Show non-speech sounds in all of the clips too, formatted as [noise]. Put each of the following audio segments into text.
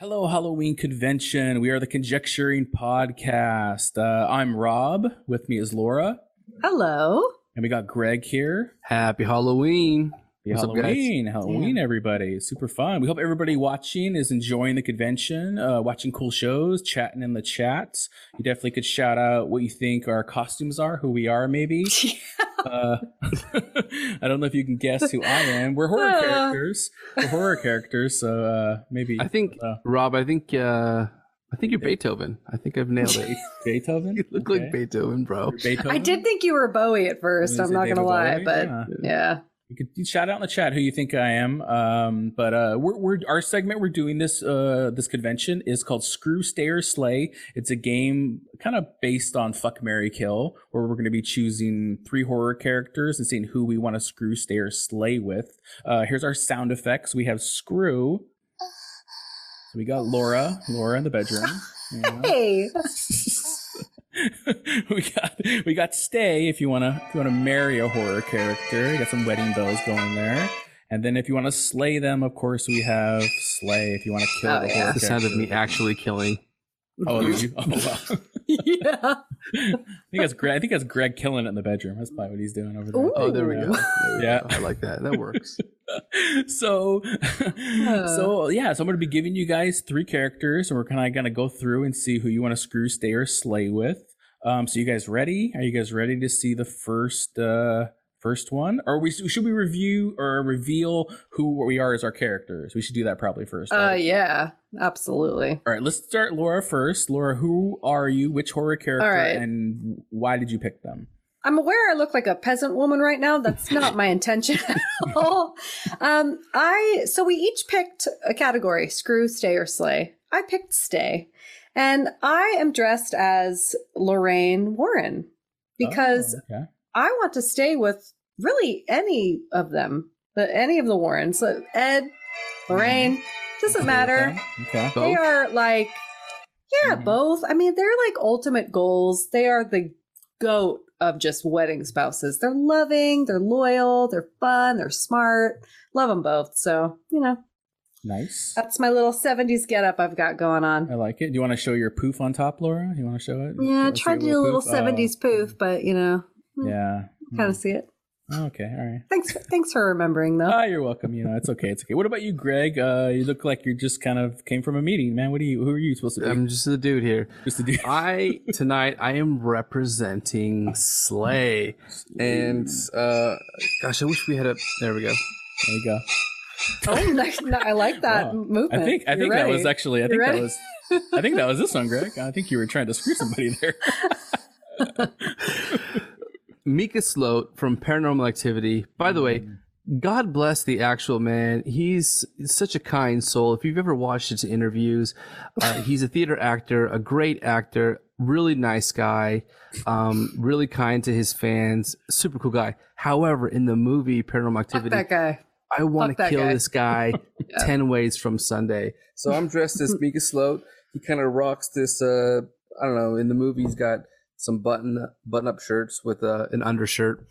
Hello, Halloween convention. We are the Conjecturing Podcast. Uh, I'm Rob. With me is Laura, Hello. and we got Greg here. Happy Halloween. Happy What's up, guys? Halloween, Halloween, everybody! Super fun. We hope everybody watching is enjoying the convention, uh, watching cool shows, chatting in the chats. You definitely could shout out what you think our costumes are, who we are, [laughs] maybe. uh, [laughs] I don't know if you can guess who I am. We're horror Uh. Ah. characters. We're horror characters, so uh, maybe I think Uh, Rob, I think uh I think you're Beethoven. I think I've [laughs] nailed it. Beethoven. You look like Okay. Beethoven, bro. Beethoven. I did think you were Bowie at first. Is I'm it not David gonna lie, Bowie? but Yeah. yeah. you could you shout out in the chat who you think I am. Um, but uh, we're, we're our segment we're doing this uh, this convention is called Screw Stayer Slay. It's a game kind of based on Fuck Mary Kill, where we're going to be choosing three horror characters and seeing who we want to screw stayer slay with. Uh, here's our sound effects. We have screw. So we got Laura, Laura in the [laughs] bedroom. Yeah Hey. [laughs] we got we got stay if you wanna if you wanna marry a horror character. You got some wedding bells going there. And then if you wanna slay them, of course we have slay if you wanna kill Oh, the yeah. horror The sound of me character. actually killing. [laughs] Oh, you, oh wow. [laughs] yeah. I think that's Greg I think that's Greg killing it in the bedroom. That's probably what he's doing over there. Ooh. Oh, there we go. There we Yeah. go. I like that. That [laughs] works. so [laughs] so yeah so i'm gonna be giving you guys three characters and we're kind of gonna go through and see who you want to screw stay or slay with um so you guys ready are you guys ready to see the first uh first one or we should we review or reveal who we are as our characters we should do that probably first Uh right? yeah. Absolutely. all right let's start laura first laura who are you which horror character right. and why did you pick them I'm aware I look like a peasant woman right now. That's not my intention [laughs] at all. Um, I so we each picked a category: screw, stay, or slay. I picked stay, and I am dressed as Lorraine Warren because Oh, okay. I want to stay with really any of them, the, any of the Warrens. So Ed, Lorraine, Mm-hmm. doesn't matter. okay They Both? are like, yeah, Mhm. both. I mean, they're like ultimate goals. They are the goat of just wedding spouses. They're loving, they're loyal, they're fun, they're smart. Love them both. So, you know, nice that's my little 70s getup I've got going on. I like it. Do you want to show your poof on top, Laura? You want to show it? Yeah, I Let's see tried to do a little poof. Oh. 70s poof, but, you know, Yeah. kind of see it. Mm. Okay. All right. Thanks, thanks for remembering, though. Ah, you're welcome. You know, it's okay. It's okay. What about you, Greg? Uh, you look like you just kind of came from a meeting, man. What are you? Who are you supposed to be? I'm just a dude here. just to do. [laughs] uh, I tonight I am representing Slay. And uh gosh, I wish we had a there we go. There you go. [laughs] Oh, nice. No, I like that Wow. movement. I think. I You're think that ready. was actually. I think You're that ready? was. I think that was this one, Greg. I think you were trying to screw somebody there. Mika Sloat from Paranormal Activity. By the way, God bless the actual man. He's such a kind soul. If you've ever watched his interviews, uh, he's a theater actor, a great actor, really nice guy, um, really kind to his fans, super cool guy. However, in the movie Paranormal Fuck Activity, that guy. I want Fuck that to kill guy. [laughs] this guy Yeah. 10 ways from Sunday. So I'm dressed as Mika Sloat. He kind of rocks this, uh, I don't know, in the movie, he's got some button button up shirts with uh, an undershirt.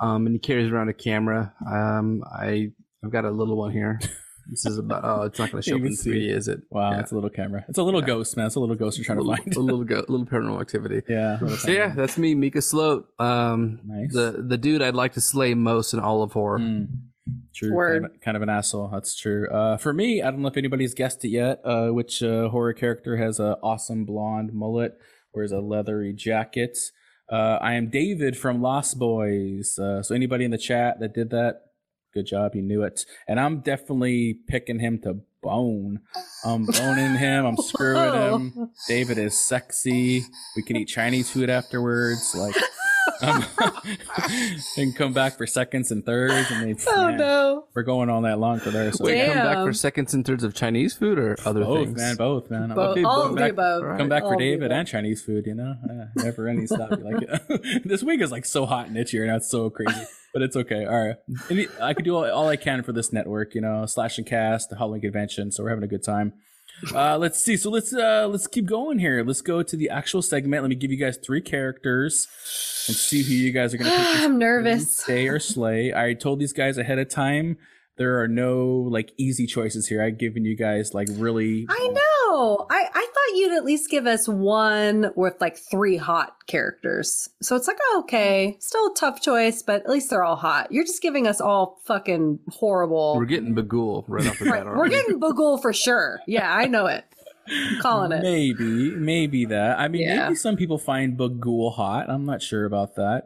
Um, and he carries around a camera. Um, I, I've got a little one here. This is about, oh, it's not going to [laughs] show You up can in see 3D, is it? Wow, Yeah. it's a little camera. It's a little Yeah. ghost, man. It's a little ghost you're A trying little, to find. a little, go- a little paranormal activity. [laughs] yeah. a little So yeah, camera. that's me, Mika Sloat. Um, Nice. the, the dude I'd like to slay most in all of horror. Mm. True. Word. Kind, of, kind of an asshole. That's true. Uh, for me, I don't know if anybody's guessed it yet. Uh, which uh, horror character has a awesome blonde mullet, wears a leathery jacket? Uh, I am David from Lost Boys. Uh, so anybody in the chat that did that, good job, you knew it. And I'm definitely picking him to bone. I'm boning him. I'm [laughs] screwing him. Whoa. David is sexy. We can eat Chinese food afterwards. Like. Oh. [laughs] Um, and come back for seconds and thirds, and they [laughs] Oh man, no. we're going on that long for there. So Wait, come back for Damn. seconds and thirds of Chinese food or other both, things? man, both, man. I'm Both- like, all both of back- the above. all right. Come back All for of the David eh? above. and Chinese food, you know, uh, never ending stop. You like it. [laughs] this week is like so hot and itchy right now. It's so crazy, but it's okay. All right, Any- I could do all, all I can for this network, you know, slash and cast, the Halloween convention. So we're having a good time. Uh, let's see. So let's uh, let's keep going here. Let's go to the actual segment. Let me give you guys three characters and see who you guys are [gasps] gonna pick. this I'm nervous. Stay or slay. I told these guys ahead of time there are no like easy choices here. I've given you guys like really I Oh, I, I thought you'd at least give us one with like three hot characters. So it's like, oh, okay, still a tough choice, but at least they're all hot. You're just giving us all fucking horrible. We're getting Bagul right off the bat. Right, aren't we're we? getting Bagul for sure. Yeah, I know it. I'm calling it. Maybe, maybe that. I mean, Yeah. maybe some people find Bagul hot. I'm not sure about that.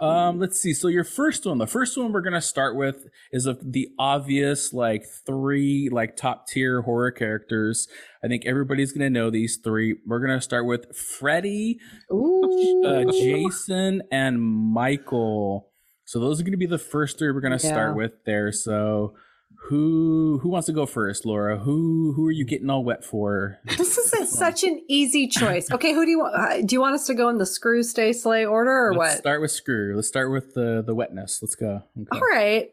Mm-hmm. Um, let's see. So your first one, the first one we're gonna start with is of the obvious like three like top tier horror characters. I think everybody's gonna know these three. We're gonna start with Freddy, Ooh. [laughs] [laughs] uh, Jason, and Michael. So those are gonna be the first three we're gonna Yeah. start with there. So who who wants to go first, Laura? Who who are you getting all wet for? This is a, such an easy choice. Okay, who do you want? Uh, do you want us to go in the screw, stay, slay order or Let's what? start with screw. Let's start with the the wetness. Let's go. Okay. All right.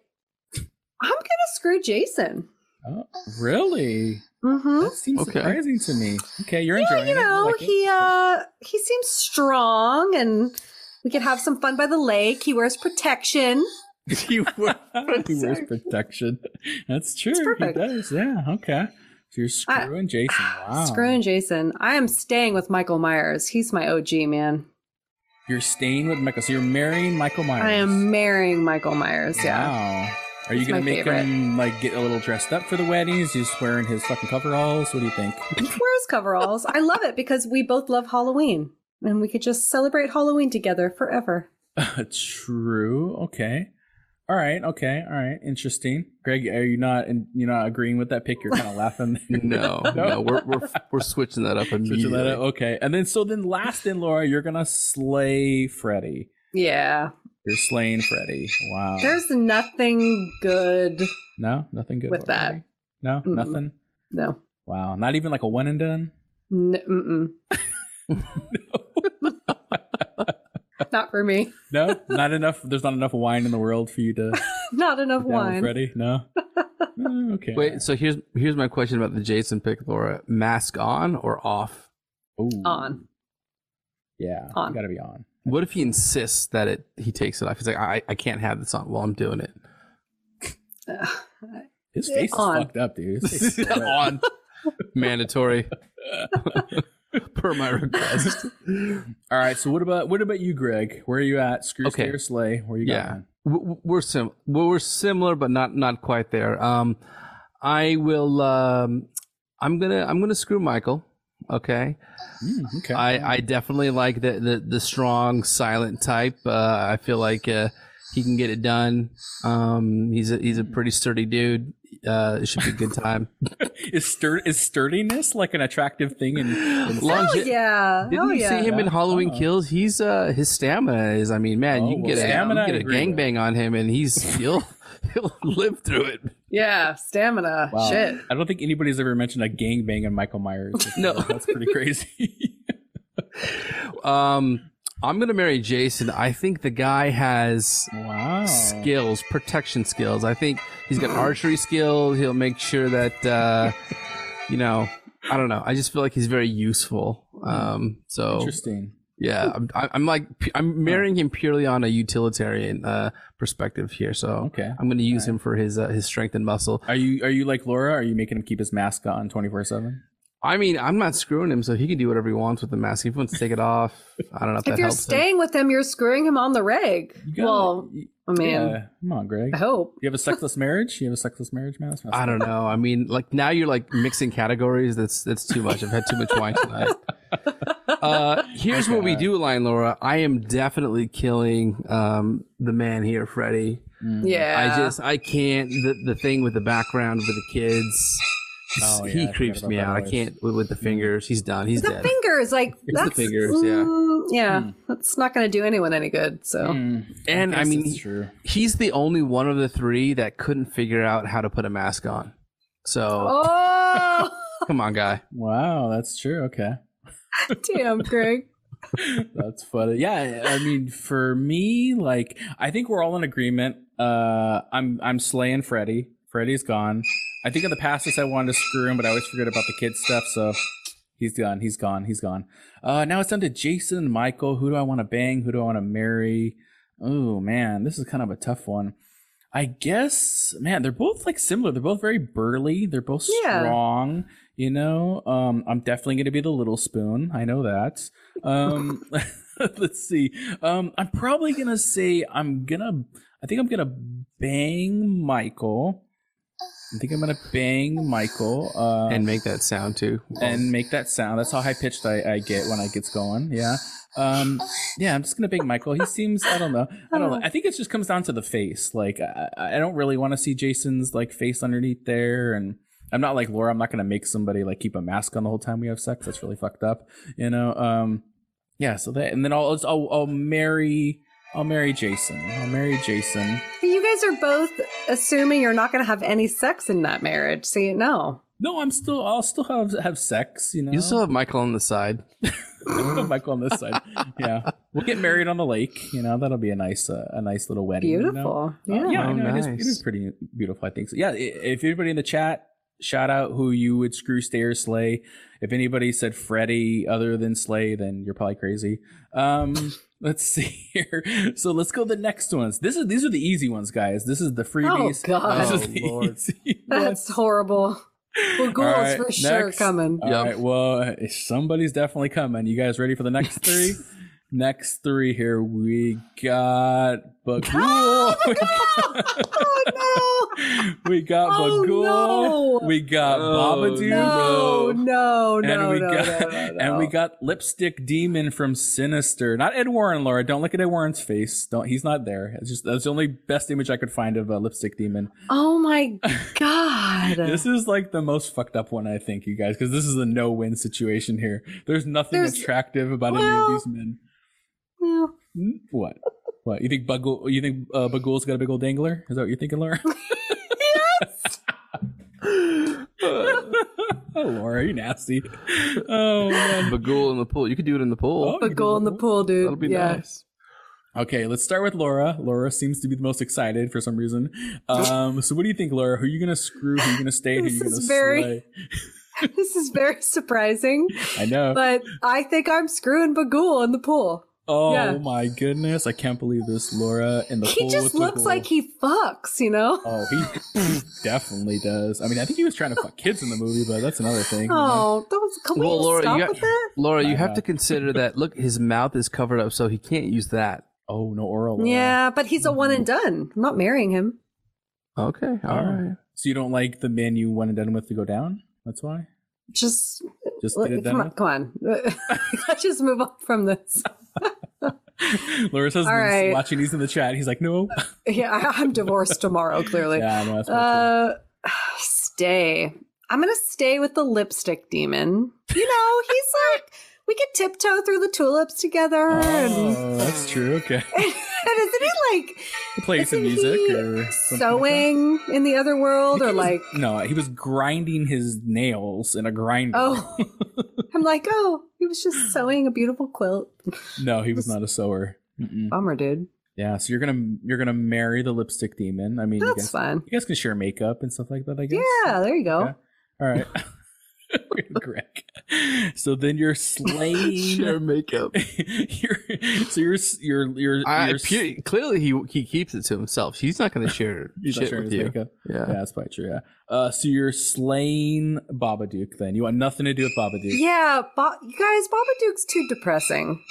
I'm going to screw Jason. Oh, really? Mm-hmm. That seems Okay. surprising to me. Okay, you're enjoying You it. You're know, liking it. [laughs] he, uh, he seems strong and we could have some fun by the lake. He wears protection. [laughs] he, wears, Oh, he wears protection. [laughs] That's true. He perfect. does. Yeah. Okay. So you're screwing [sighs] Jason. Wow. Screwing Jason. I am staying with Michael Myers. He's my OG, man. You're staying with Michael. So you're marrying Michael Myers. I am marrying Michael Myers. Yeah. Wow. Are you He's gonna my make favorite. him like get a little dressed up for the wedding? Is he just wearing his fucking coveralls? What do you think? [laughs] He wears coveralls. I love it because we both love Halloween and we could just celebrate Halloween together forever. True. Okay. All right. Okay. All right. Interesting. Greg, are you not? And you're not agreeing with that pick. You're [laughs] kind of laughing. there. [laughs] [laughs] No, no, we're we're we're switching that up immediately. Switching that out. Okay. And then so then last then Laura, you're gonna slay Freddy. Yeah. You're slaying Freddy. Wow. There's nothing good. no, nothing good with about that. Freddy? No, Mm-mm. nothing. No. Wow. Not even like a one and done. N- mm-mm. [laughs] Not for me. No, not enough. There's not enough wine in the world for you to get Not enough down with wine. Freddy. No. [laughs] Mm, okay. Wait, so here's here's my question about the Jason pick, Laura. Mask on or off? Ooh. On. Yeah. On. You gotta be on. What if he insists that it he takes it off? He's like, I I can't have this on while I'm [laughs] doing it. Ugh. His face On. is fucked up, dude. His [laughs] face is red. [laughs] on mandatory [laughs] per [laughs] my request. All right. So what about what about you, Greg? Where are you at? Screw Okay. okay. or Slay? Where you Yeah. going? W- w- We're sim well, we're similar, but not not quite there. Um, I will. Um, I'm gonna I'm gonna screw Michael. Okay. Mm, okay. I, I definitely like the, the, the strong silent type. Uh, I feel like uh, he can get it done. Um, he's a, he's a pretty sturdy dude. Uh, it should be a [laughs] good time. is stur- is sturdiness like an attractive thing? [laughs] And Longe- Oh, yeah. Didn't oh, you yeah. see him in Yeah. Halloween Oh. Kills? He's uh, his stamina is. I mean, man, Oh, you can well, get a, stamina you I get a agree with. gangbang on him, and he's he'll [laughs] he'll live through it. Yeah. Stamina. Wow. Shit. I don't think anybody's ever mentioned a gangbang in Michael Myers. [laughs] No. that's pretty crazy. Um, I'm gonna marry Jason. I think the guy has wow. skills, protection skills. I think he's got archery skills. He'll make sure that uh, you know. I don't know. I just feel like he's very useful. Um, so Interesting. yeah, I'm, I'm like I'm marrying him purely on a utilitarian uh, perspective here. So Okay. I'm going to use him for his uh, his strength and muscle. Are you are you like Laura? Are you making him keep his mask on twenty four seven? I mean, I'm not screwing him, so he can do whatever he wants with the mask. If he wants to take it off, I don't know if, If that you're helps. him. staying with him, you're screwing him on the reg. You gotta- Well, you- I mean, yeah. Come on, Greg. I hope. You have a sexless marriage. You have a sexless marriage, man. That's messed I don't know. I mean, like now you're like mixing categories. That's that's too much. I've had too much wine tonight. [laughs] Uh, here's what we do, Lion Laura. I am definitely killing um, the man here, Freddie. Yeah. Mm, I just I can't the, the thing with the background with the kids. Oh, yeah, I he forgot creeps about me that out. I voice. can't with, with the fingers. He's done. He's the dead. fingers, like the that's fingers, yeah. mm, yeah, that's not going to do anyone any good. So Mm, and I, guess mean, that's he- true. he's the only one of the three that couldn't figure out how to put a mask on. So Oh, [laughs] [laughs] come on, guy. Wow, that's true. Okay. damn, Greg. That's funny. Yeah, I mean, for me, like, I think we're all in agreement. Uh, I'm I'm slaying Freddy. Freddy's gone. I think in the past this I wanted to screw him, but I always forget about the kid stuff. So he's gone. He's gone. He's gone. Uh, now it's down to Jason and Michael. Who do I want to bang? Who do I want to marry? Oh man, this is kind of a tough one. I guess, man, they're both like similar. They're both very burly. They're both Yeah. strong. You know, um, I'm definitely going to be the little spoon. I know that. Um, [laughs] let's see. Um, I'm probably going to say I'm going to, I think I'm going to bang Michael. I think I'm going to bang Michael. Um, and make that sound too. and make that sound. That's how high pitched I, I get when I gets going. Yeah. Um, yeah, I'm just gonna bang Michael. He seems I don't know. I don't know. I think it just comes down to the face. Like I, I I don't really want to see Jason's like face underneath there, and I'm not like Laura. I'm not gonna make somebody like keep a mask on the whole time we have sex. That's really fucked up. You know. Um, yeah. So that, and then I'll I'll, I'll marry. I'll marry Jason. I'll marry Jason. But you guys are both assuming you're not going to have any sex in that marriage. So you know. No, I'm still. I'll still have have sex. You know. You still have Michael on the side. [laughs] Michael on this side. Yeah, we'll get married on the lake. You know, that'll be a nice, uh, a nice little wedding. you know? Beautiful. Uh, Yeah. yeah, I Oh, know, it, is, nice. it is pretty beautiful. I think so. Yeah, i- if anybody in the chat shout out who you would screw, stay, or slay. If anybody said Freddy other than Slay, then you're probably crazy. Um, [laughs] let's see here. So let's go the next ones. This is these are the easy ones, guys. This is the freebies. God. This is Oh, the Lord. easy [laughs] ones. That's horrible. Well, ghouls right, for sure next. Uh, coming. All Yep. right. Well, somebody's definitely coming. You guys ready for the next [laughs] three? next three here we got Ah, [laughs] Bagul. [laughs] oh we got Oh, Bagul. no. We got Oh, Babadook. no! No, no, And no, we no, got no, no, no. [laughs] and we got lipstick demon from Sinister. Not Ed Warren, Laura. Don't look at Ed Warren's face. Don't. He's not there. It's just that's the only best image I could find of a lipstick demon. [laughs] Oh my god! This is like the most fucked up one I think, you guys, because this is a no-win situation here. There's nothing There's- attractive about any of well- these men. No. Hmm? What? What? You think Bagul? You think uh, Bagul's got a big old dangler? Is that what you're thinking, Laura? [laughs] [laughs] oh, Laura, you nasty. Oh man. Bagul in the pool. You could do it in the Oh, pool. you But goal in the pool, dude. That'll be yeah. nice. Okay, let's start with Laura. Laura seems to be the most excited for some reason. Um, so what do you think, Laura? Who are you gonna screw? Who are you gonna stay? Who are This you gonna is very- slay? [laughs] This is [laughs] very surprising, I know. [laughs] but I think I'm screwing Bagul in the pool. oh yeah. my goodness, I can't believe this, Laura. In the He pool just with looks Bagul. like he fucks, you know? Oh, he definitely does. I mean, I think he was trying to fuck kids in the movie, but that's another thing. you know? Oh, that was, can we Well, Laura, stop you got- with that? Laura, you I have know. to consider that. Look, his mouth is covered up, so he can't use that. Oh, Mm-hmm. no oral. Laura. Yeah, but he's a one and done. I'm not marrying him. Okay, Oh. [laughs] all right. So you don't like the men you went and done with to go down? That's why? Just Just look, get it come on, done come on. [laughs] Let's just move on from this. with? Laura says All this, right. watching these in the chat. He's like, [laughs] no. Yeah, I, I'm divorced tomorrow, [laughs] clearly. yeah, no, that's uh, Uh, [sighs] stay. I'm gonna stay with the lipstick demon. You know, [laughs] he's like we could tiptoe through the tulips together, and, Oh, that's true. Okay. [laughs] [laughs] and isn't he like Play some Isn't music he or something like sewing in the other world, that? or like no, he was grinding his nails in a grinder. [laughs] oh, I'm like oh, he was just sewing a beautiful quilt. no, he was not a sewer. Mm-mm. Bummer, dude. Yeah, so you're gonna you're gonna marry the lipstick demon. I mean, you guys, That's fun. you guys can share makeup and stuff like that. I guess. Yeah, there you go. Okay. All right. [laughs] Greg. So then you're [laughs] slaying Share makeup. [laughs] you're, so you're you're you're, I, you're pu- clearly, he he keeps it to himself. He's not going to share [laughs] he's not shit sharing with his you. makeup. Yeah. Yeah, that's probably true. Yeah. Uh, so you're slaying Babadook. Then you want nothing to do with Babadook. Yeah, Bo- you guys, Babadook's too depressing.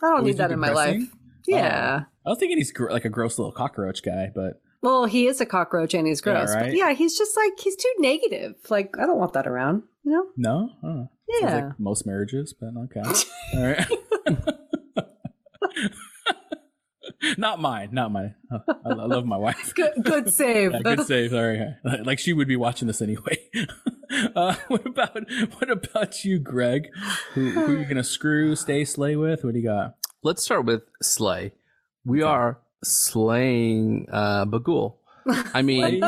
I don't Oh, need he's that in my depressing? Oh. life. Yeah. I was thinking he's gr- like a gross little cockroach guy, but Well, he is a cockroach and he's Yeah, gross. right? But yeah, he's just like he's too negative. Like I don't want that around. You know? no. Huh. Sounds Yeah. like most marriages, but [laughs] okay. All right. [laughs] not mine. Not mine. Oh, I, I love my wife. good, good save. Yeah, good save. Sorry, [laughs] like she would be watching this anyway. [laughs] uh, what about what about you, Greg? Who, who are you gonna screw, stay, slay with? What do you got? Let's start with Slay. We are slaying uh, [laughs] Bagul. I mean,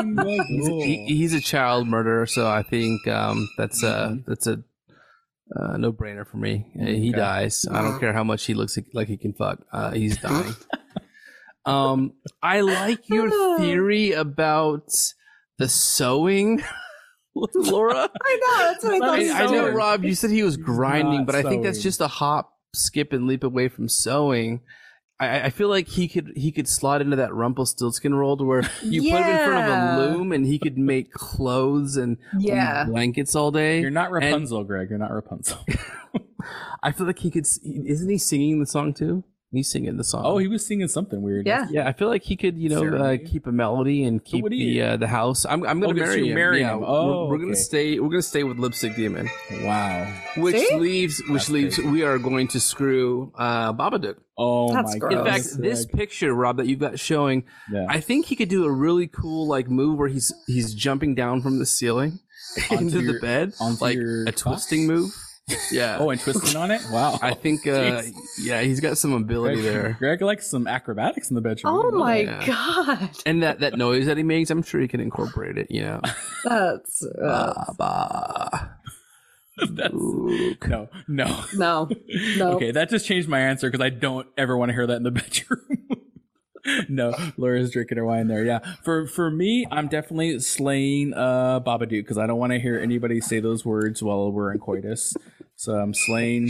he's, he, he's a child murderer, so I think um, that's a that's a uh, no brainer for me. Uh, Mm-hmm. Okay. He Uh-huh. dies. I don't care how much he looks like he can fuck. Uh, he's dying. um, I like [laughs] your theory about the sewing, [laughs] [laughs] Laura. [laughs] I know. That's what I thought. Not I, he I was know, doing. Rob. You said he was He's grinding, not but I think that's sewing. just a hop, skip, and leap away from sewing. I, I feel like he could he could slot into that Rumpelstiltskin role to where you put him in front Yeah. of a loom and he could make clothes and Yeah. blankets all day. You're not Rapunzel, Greg. You're not Rapunzel. [laughs] I feel like he could. s- Isn't he singing the song too? He's singing the song. oh, he was singing something weird. Yeah. Yeah, I feel like he could, you know, uh, Serenity? keep a melody and keep what do the you- uh, the house. I'm I'm gonna Oh, 'cause marry you him. marry yeah, him. we're- Oh, we're, gonna okay. stay. We're gonna stay with Lipstick Demon, Wow. which See? leaves which That's leaves crazy. we are going to screw uh, Babadook. Oh That's my gross. god. In fact, this picture, Rob, that you've got showing, Yeah. I think he could do a really cool like move where he's he's jumping down from the ceiling [laughs] Onto into the your- bed, onto like your a cock? twisting move. Yeah. [laughs] oh, and twisting on it. Wow. I think, uh, Jeez. yeah, he's got some ability there. Greg likes some acrobatics in the bedroom. Oh my Yeah. god, [laughs] And that, that noise that he makes, I'm sure he can incorporate it, [laughs] you know. that's [laughs] uh, Ba, ba, That's, ook. no, no. no, no. Okay, that just changed my answer because I don't ever want to hear that in the [laughs] bedroom. no, Laura's drinking her wine there. Yeah, for for me, I'm definitely slaying uh, Babadook because I don't want to hear anybody say those words while we're in coitus. So I'm slaying,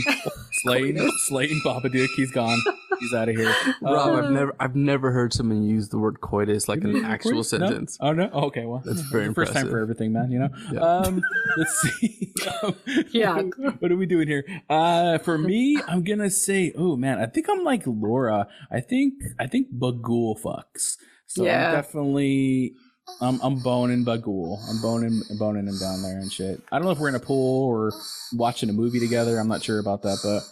slaying, slaying Babadook. He's gone. He's out of here. Uh, Rob, I've never, I've never heard someone use the word coitus like in an actual No? sentence. Oh no. Oh, okay. Well, That's very first time impressive. for everything, man. You know. Yeah. Um, let's [laughs] see. Um, Yeah. [laughs] What are we doing here? Uh, for me, I'm gonna say, oh man, I think I'm like Laura. I think I think Bagul fucks. So Yeah. I'm definitely. I'm, I'm boning Bagul. I'm boning boning him down there and shit. I don't know if we're in a pool or watching a movie together. I'm not sure about that, but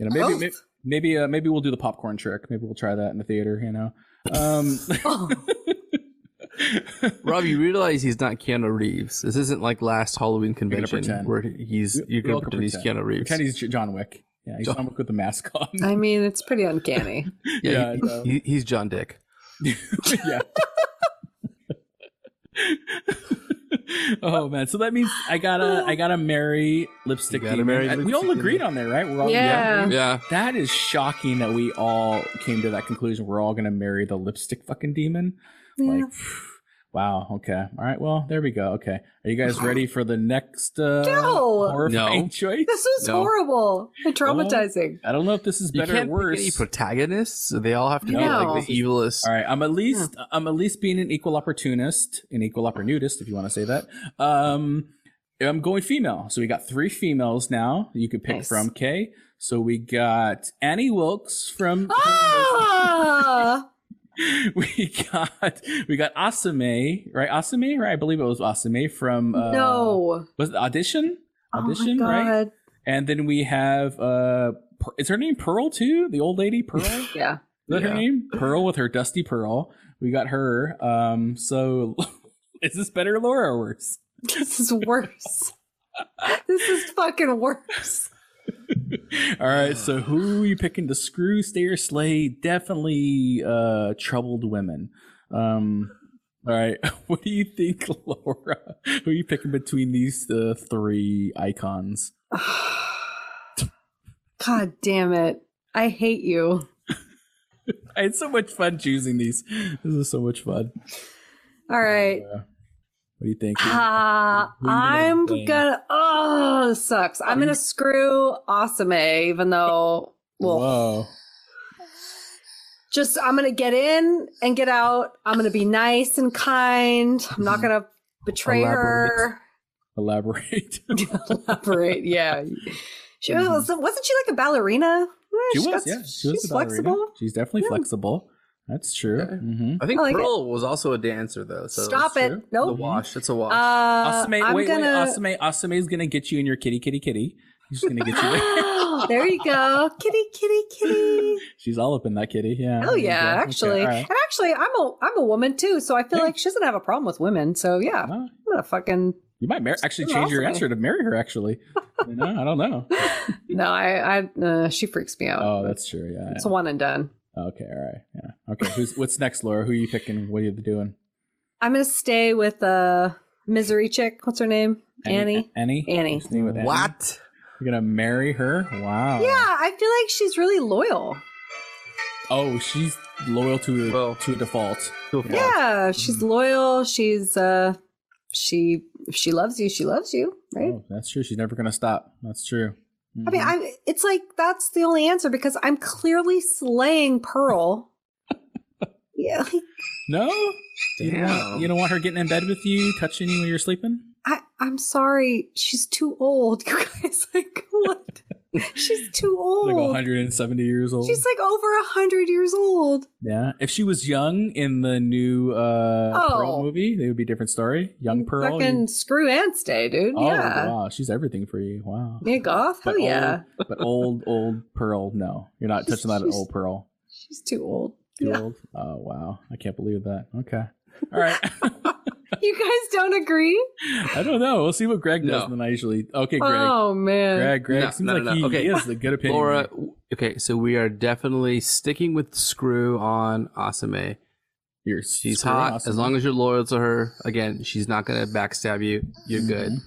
you know, maybe Both. maybe maybe, uh, maybe we'll do the popcorn trick. Maybe we'll try that in the theater. You know. Um, Oh, Rob, you realize he's not Keanu Reeves. This isn't like last Halloween convention pretend. where he's, you're all going to can pretend he's pretend. Keanu Reeves. Kenny's J- John Wick. Yeah, he's John Wick with the mask [laughs] on. I mean, it's pretty uncanny. Yeah, yeah, I he- know. he- he's John Dick. [laughs] yeah. oh man, so that means I gotta I gotta marry lipstick. You gotta Demon. marry I- we Lipstick all Demon. agreed on that, right? We're all Yeah. Yeah. That is shocking that we all came to that conclusion. We're all gonna marry the lipstick fucking demon. Yeah. [laughs] Like, wow. Okay. All right. Well, there we go. Okay. Are you guys ready for the next uh, No. horrifying No. choice? This was No. horrible and traumatizing. I don't know if this is You better can't or pick worse. any protagonists. They all have to be No. like the evilest. All right, I'm at least I'm at least being an equal opportunist, an equal opportunist, if you want to say that. Um, I'm going female, so we got three females now. You could pick Nice. from Kay. So we got Annie Wilkes [laughs] from. Ah! [laughs] We got we got Asame, right? Asame, right? I believe it was Asame from. Uh, no. was it audition? Uh, Audition, oh my god. right? And then we have uh, Per- is her name Pearl too? The old lady Pearl. Yeah. Is that her Yeah. name? [laughs] Pearl with her dusty pearl. We got her. Um, so [laughs] is this better, Laura, or worse? This [laughs] is worse. this is fucking worse. [sighs] All right. So who are you picking to screw, stay, or slay? Definitely uh, troubled women. Um, all right. [laughs] What do you think, [laughs] Laura? Who are you picking between these uh, three icons? God damn it. I hate you. I had so much fun choosing these. This is so much fun. All right. Uh, what do you think? Ah, Who you gonna I'm blame? gonna. Oh, this sucks. I'm gonna screw Awesome, even though. Well, Whoa. just I'm gonna get in and get out. I'm gonna be nice and kind. I'm not gonna betray her. Elaborate. [laughs] Mm-hmm. Elaborate, yeah. She was, wasn't she like a ballerina? Eh, She was, got- yeah. She was she's a ballerina. flexible. She's definitely Yeah. flexible. That's true. Okay. Mm-hmm. I think I like Pearl was also a dancer though. So Stop that's it! true. The Nope. wash. That's a wash. Uh, Asame, I'm wait, gonna. wait, Asame, Asame's gonna get you in your kitty, kitty, kitty. She's gonna get you. there. [laughs] [laughs] [gasps] there you go, kitty, kitty, kitty. She's all up in that kitty. Yeah. Oh There you yeah, go. Okay, actually, all right. and actually, I'm a I'm a woman too, so I feel like she doesn't have a problem with women. So yeah, I'm Well, gonna fucking you might mar- actually change your Asame. answer to marry her. [laughs] Actually, you know, I don't know. no, I I uh, she freaks me out. Oh, that's true. Yeah. it's a one and done. Okay. All right. Yeah. Okay. Who's what's next, Laura? Who are you picking? What are you doing? I'm gonna stay with uh misery chick. What's her name? Annie. Annie. Annie. Stay with Annie. what? You're gonna marry her? Wow. Yeah, I feel like she's really loyal. Oh, she's loyal to Well- to a default. Yeah, Mm-hmm. she's loyal. She's uh she if she loves you. She loves you, right? Oh, that's true. She's never gonna stop. That's true. I mean, I it's like that's the only answer because I'm clearly [laughs] slaying Pearl. yeah, like, no, you don't, want, Damn. you don't want her getting in bed with you, touching you when you're sleeping. I I'm sorry, she's too old, [laughs] you guys. Like [laughs] what? she's too Like old. 170 years old. Oh. she's like over a hundred years old. yeah, if she was young in the new uh, Pearl Oh. Mm, movie, it would be a different story. Young Pearl. Fucking you- screw Aunt's Day, dude. oh yeah. wow, she's everything for you. Wow. [laughs] Yeah, goth. Hell But yeah. Old, but old, old Pearl. No, you're not touching that old Pearl. She's [laughs] too old. Too Yeah. old. Oh wow, I can't believe that. Okay, all right. [laughs] You guys don't agree? I don't know. We'll see what Greg does, No. and then I usually okay, Greg. Oh man. Greg, Greg No, seems no, no, like no. he, Okay. he has the good opinion. Laura, w- okay, so we are definitely sticking with screw on Asame. you're She's hot. As long as you're loyal to her, again, she's not gonna backstab you. You're good. Mm-hmm.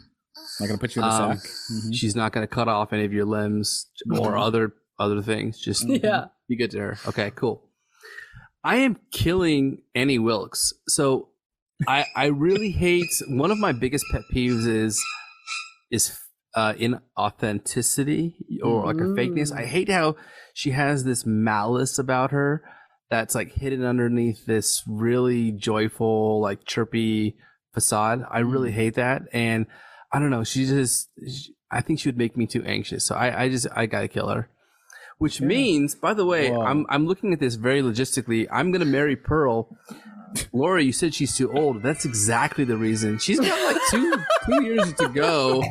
I'm not gonna put you in a Um, sack. Mhm. She's not gonna cut off any of your limbs Mm-hmm. or other other things. Just Yeah. be good to her. Okay, cool. I am killing Annie Wilkes. So I I [laughs] really hate one of my biggest pet peeves is is uh inauthenticity or like a fakeness. I hate how she has this malice about her that's like hidden underneath this really joyful, like chirpy facade. I really hate that. And I don't know. She just, she, I think she would make me too anxious. So I, I just, I gotta kill her. Which means, by the way, Whoa. I'm, I'm looking at this very logistically. I'm gonna marry Pearl. Laura, you said she's too old. That's exactly the reason. She's got like two, two years to go.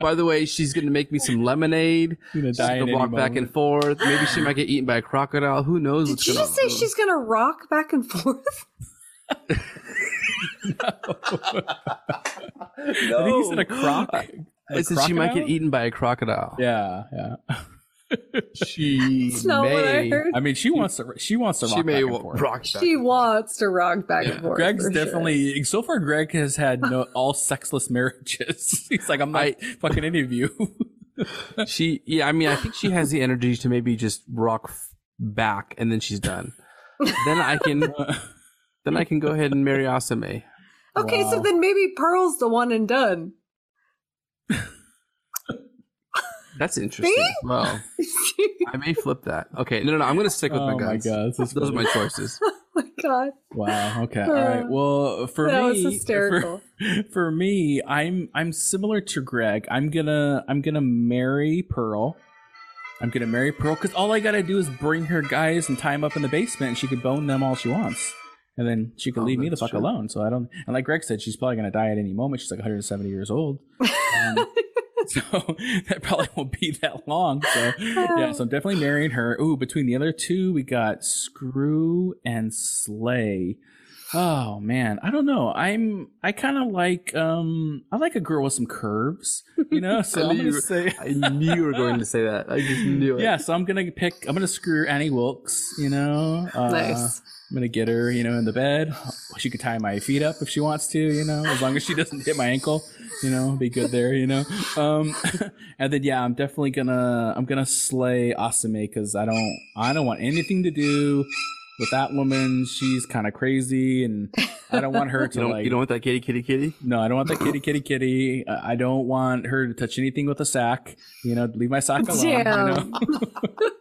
By the way, she's gonna make me some lemonade. You're gonna She's die in gonna any walk back moment. [laughs] and [laughs] forth. Maybe she might get eaten by a crocodile. Who knows? Did what's she gonna- just say she's gonna rock back and [laughs] forth? I think he said a croc. I A said Uh, she might get crocodile? eaten by a crocodile. Yeah, yeah. She That's not what I heard. I mean, she wants to. She wants to. She rock back may and wa- forth. rock back. She wants to rock back and forth. Greg's for sure. definitely so far. Greg has had [laughs] no all sexless marriages. [laughs] He's like, I'm not I- fucking any of [laughs] you. She, yeah, I mean, I think she has the energy to maybe just rock f- back, and then she's done. then I [laughs] can, then I can go ahead and marry Asame. Okay, Wow. so then maybe Pearl's the one and done. [laughs] That's interesting. See? Well, Oh I may flip that. Okay, no, no, no. I'm gonna stick with my oh my guns. god, this is Those are funny. my choices. Oh my god, Wow. Okay. All right. Well, for Uh, that me, was hysterical. For, for me, I'm I'm similar to Greg. I'm gonna I'm gonna marry Pearl. I'm gonna marry Pearl because all I gotta do is bring her guys and tie them up in the basement, and she could bone them all she wants, and then she can Oh, leave me the that's fuck true. alone. So I don't. And like Greg said, she's probably gonna die at any moment. She's like 170 years old. [laughs] Um, so [laughs] that probably won't be that long. So yeah, so I'm definitely marrying her. Ooh, between the other two, we got Screw and Slay. Oh man, I don't know. I'm I kind of like um I like a girl with some curves, you [laughs] know. So I'm gonna knew- say I knew you were going to say that. I just knew it. yeah. So I'm gonna pick. I'm gonna screw Annie Wilkes, you know. Uh, nice. I'm gonna get her, you know, in the bed. She could tie my feet up if she wants to, you know, as long as she doesn't hit my ankle, you know, be good there, you know. Um, [laughs] and then yeah, I'm definitely gonna I'm gonna slay Asame because I don't I don't want anything to do with that woman. She's kind of crazy, and I don't want her to [laughs] You don't, like you don't want that kitty, kitty, kitty. no, I don't want that kitty, kitty, kitty. Uh, I don't want her to touch anything with a sack. You know, leave my sack alone. You Damn. know?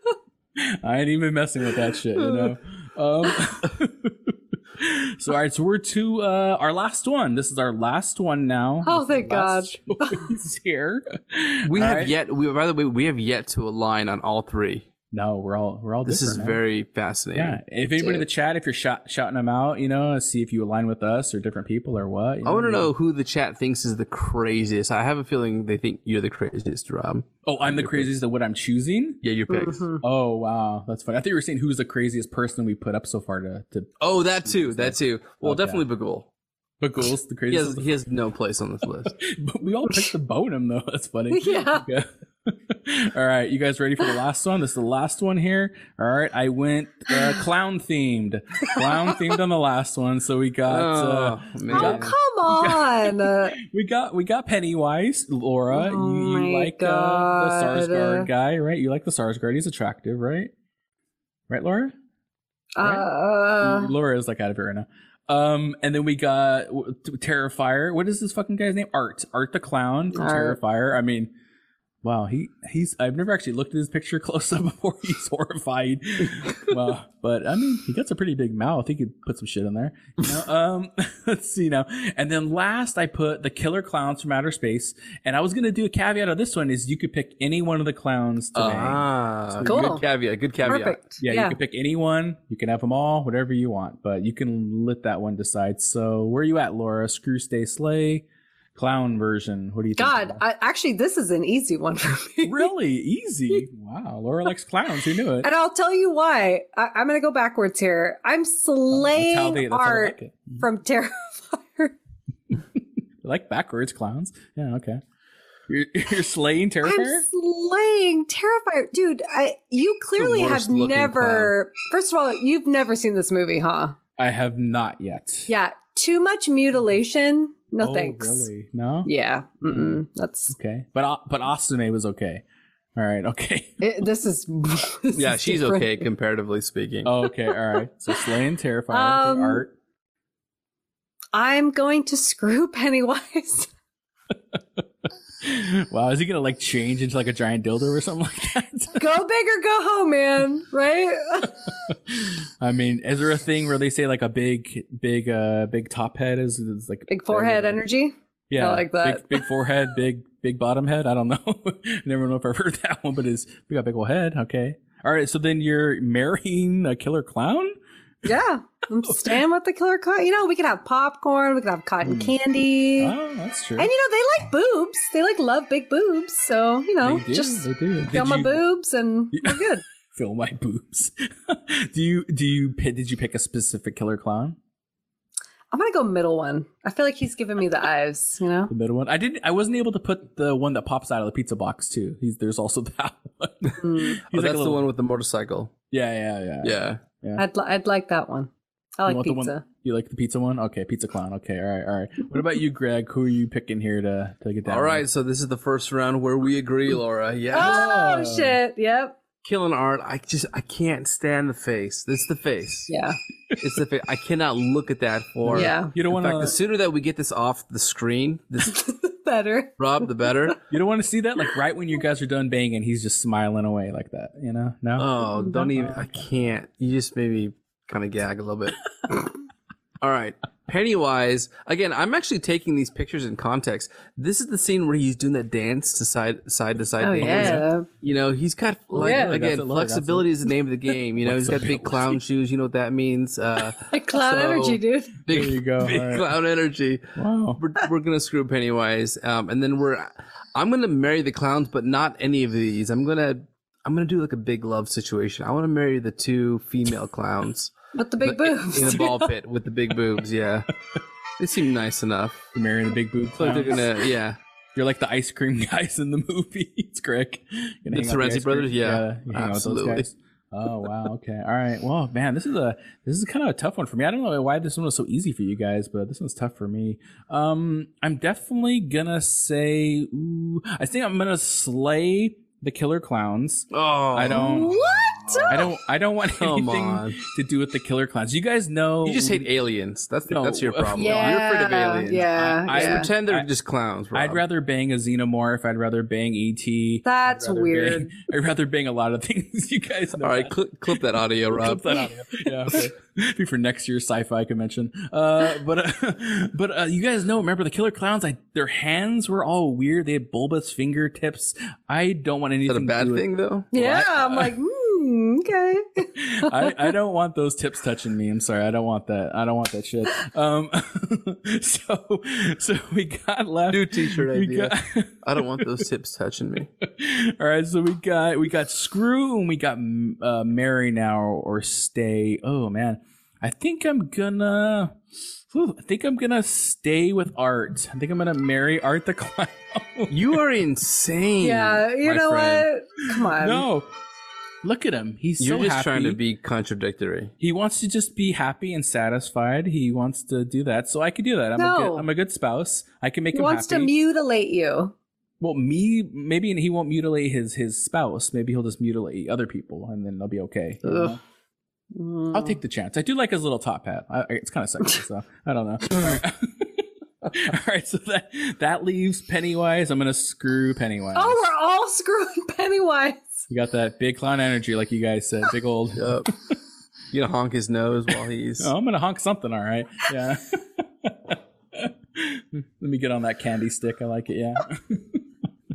[laughs] I ain't even messing with that shit. You know. Um, [laughs] so, all right, so we're to uh, our last one. This is our last one now. Oh, This is thank the last [laughs] choice here. We All have right. yet. We by the way, we have yet to align on all three. No, we're all we're all. This is different, man. very fascinating. Yeah. If anybody in the chat, if you're shot, shouting them out, you know, see if you align with us or different people or what. you I want to know who the chat thinks is the craziest. I have a feeling they think you're the craziest, Rob. Oh, I'm the craziest of what I'm choosing. Yeah, [laughs] your picks. Mm-hmm. Oh wow, that's funny. I thought you were saying who's the craziest person we put up so far to to Oh, that too. That too. Well, Okay. definitely Bagul. Bagul's [laughs] the He has craziest. he has no place on this list. but we all picked the bonum though. That's funny. [laughs] Yeah. [laughs] Okay. all right, you guys ready for the last one? This is the last one here. All right, I went [gasps] uh, clown themed, clown themed on the last one. So we got uh, Oh, we man. Oh got come [laughs] on! Uh, we got we got Pennywise, Laura. Oh you you my like uh, the God. Sarsgaard guy, right? You like the Sarsgaard. He's attractive, right? Right, Laura. uh, Laura is like out of it right now. Um, and then we got w- Terrifier. What is this fucking guy's name? Art. Art the clown from Art. Terrifier. I mean, Wow, he he's I've never actually looked at his picture [laughs] close up before. He's horrified. well, but I mean, he got a pretty big mouth. He could put some shit in there. You know, um, [laughs] let's see now. And then last, I put the killer clowns from outer space. And I was gonna do a caveat of this one is you could pick any one of the clowns to bang. Ah, Cool. Good caveat. Good caveat. Perfect. Yeah, you can pick any one. You can have them all, whatever you want, but you can let that one decide. So where you at, Laura? Screw, stay, slay, clown version. What do you think? God, I, actually, this is an easy one for [laughs] me. really easy. Wow, Laura likes clowns. Who knew it? And I'll tell you why. I, I'm going to go backwards here. I'm slaying That's how they- that's how they like art it. from Terrifier. They like backwards clowns. Yeah, okay. You're, [laughs] you're slaying Terrifier? I'm slaying Terrifier. Dude, I, you clearly have worst looking never, first of all, you've never seen this movie, huh? I have not yet. Yeah. Too much mutilation. No Oh, thanks. Really? No? Yeah. Mm-mm. That's, Okay. But uh, but Asume was okay. All right, okay. [laughs] it, this is. [laughs] this Yeah, is she's different. okay comparatively speaking. Oh, okay, all right. So slaying Terrifier okay, Um, art. I'm going to screw [laughs] Pennywise. [laughs] Wow, is he gonna like change into like a giant dildo or something like that? [laughs] go big or go home, man. Right? [laughs] I mean, is there a thing where they say like a big, big, uh, big top head is, is like Big forehead energy. Yeah, I like that. [laughs] Big, big forehead, big big bottom head. I don't know. [laughs] Never know if I've heard that one, but it's we got big old head. Okay. All right. So then you're marrying a killer clown. Yeah. [laughs] I'm staying with the killer clown. You know, we could have popcorn. We could have Hmm. cotton candy. Oh, that's true. And you know, they like boobs. They like love big boobs. So, you know, they do. just they do. fill Did my you boobs and we're good. Fill my [laughs] boobs. do you do you pi- did you pick a specific killer clown? I'm going to go middle one. I feel like he's giving me the eyes, you know? The middle one. I didn't. I wasn't able to put the one that pops out of the pizza box too. He's, there's also [laughs] that one. He's Mm. like [laughs] oh, a that's the little- one with the motorcycle. Yeah, yeah, yeah. Yeah. I'd, li- I'd like that one. I You like want the one- pizza. You like the pizza one? Okay, pizza clown. Okay, all right, all right. What about you, Greg? Who are you picking here to to get that? All one? right, so this is the first round where we agree, Laura. Yeah. Oh, Yeah. shit. Yep. Ah! Killing art, I just I can't stand the face. It's the face. Yeah. It's the face. I cannot look at that for Yeah. You don't In want fact, uh, the to. sooner that we get this off the screen, this [laughs] [laughs] Better. Rob, the better. You don't want to see that. Like right when you guys are done banging, he's just smiling away like that. You know? No. Oh, don't even. I can't. You just made me kind of gag a [laughs] little bit. All right. Pennywise. Again, I'm actually taking these pictures in context. This is the scene where he's doing that dance to side side to side. Oh, dance. yeah. You know, he's got like Yeah. That's again it, look, that's flexibility is the name of the game. You know, he's got big Flexibility. clown shoes. You know what that means? Uh, Like cloud So- energy, dude. [laughs] big, There you go. [laughs] big All right. clown energy. Wow. We're, we're gonna screw Pennywise, um, and then we're. I'm gonna marry the clowns, but not any of these. I'm gonna. I'm gonna do like a big love situation. I want to marry the two female clowns With the big boobs. in the ball pit with the big boobs. [laughs] Yeah, they seem nice enough. You're marrying the big boob So clown. they're gonna. Yeah, You're like the ice cream [laughs] guys in the movie. [laughs] It's Greg. You're gonna hang The out Terenzi ice cream. brothers? Yeah, you hang out with those absolutely. guys. Oh wow. Okay. All right. Well, man, this is a this is kind of a tough one for me. I don't know why this one was so easy for you guys, but this one's tough for me. Um, I'm definitely gonna say. Ooh, I think I'm gonna slay the killer clowns. Oh, I don't. [laughs] What? I don't. I don't want [laughs] Come on. anything to do with the killer clowns. You guys know. You just hate aliens. That's the, No. that's your problem. Yeah. You're afraid of aliens. Yeah. I- I yeah. Pretend they're I- just clowns. Rob. I'd rather bang a xenomorph. I'd rather bang ET. That's I'd rather [laughs] weird. bang- I'd rather bang a lot of [laughs] things. You guys know. All right, cl- clip that audio, Rob. Clip that [laughs] audio. Yeah, okay. be for next year's sci-fi convention. Uh, but uh, [laughs] but uh, you guys know, remember the killer clowns? I, their hands were all weird. They had bulbous fingertips. I don't want Is anything. that to a bad do with- thing though? Yeah, I'm like, hmm, okay. [laughs] I, I don't want those tips touching me. I'm sorry. I don't want that. I don't want that shit. Um, [laughs] so so we got left. New T-shirt We idea. got- I don't [laughs] want those tips touching me. All right, so we got we got screw and we got uh, marry now or stay. Oh man, I think I'm gonna. whew, I think I'm gonna stay with Art. I think I'm gonna marry Art the [laughs] clown. You are insane. Yeah, you my know friend. what? Come on. no, look at him. He's You're so just happy. trying to be contradictory. He wants to just be happy and satisfied. He wants to do that, so I can do that. I'm, a, No. good, I'm a good spouse. I can make He him wants happy. to mutilate you. Well, me maybe he won't mutilate his his spouse. Maybe he'll just mutilate other people, and then they'll be okay. you know? Hmm. I'll take the chance. I do like his little top hat. I, it's kind of sexy, so I don't know. [laughs] All right. All right, so that that leaves Pennywise. I'm gonna screw Pennywise. Oh, we're all [laughs] screwing Pennywise. you got that big clown energy, like you guys said, big old. Yup. [laughs] You gonna honk his nose while [laughs] he's Oh, I'm gonna honk something. All right, yeah. [laughs] Let me get on that candy stick. I like it. Yeah.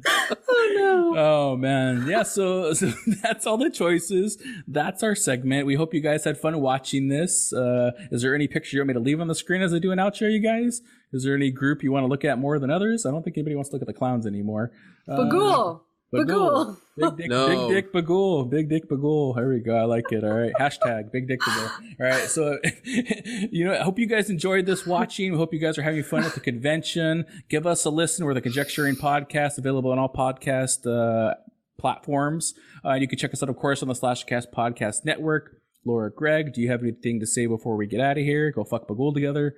Oh no. Oh man, yeah. So, [laughs] so that's all the choices. That's our segment. We hope you guys had fun watching this. Uh, is there any picture you want me to leave on the screen as I do an outro? You guys, is there any group you want to look at more than others? I don't think anybody wants to look at the clowns anymore. Uh, Bagul. Bagul. Big dick, No. big dick Bagul, big dick Bagul. There we go. I like it. All right. Hashtag big dick Bagul. All right. So, [laughs] you know, I hope you guys enjoyed this watching. We hope you guys are having fun at the convention. Give us a listen. We're the Conjecturing Podcast, available on all podcast uh, platforms. Uh, and you can check us out, of course, on the Slashcast Podcast Network. Laura, Greg, do you have anything to say before we get out of here? Go fuck Bagul together.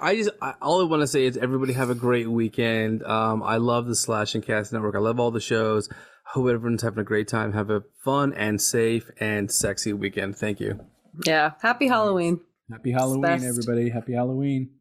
I just I, all I want to say is everybody have a great weekend. Um, I love the Slash and Cast Network. I love all the shows. Hope everyone's having a great time. Have a fun and safe and sexy weekend. Thank you. Yeah. Happy Halloween. Happy Halloween, best. everybody. Happy Halloween.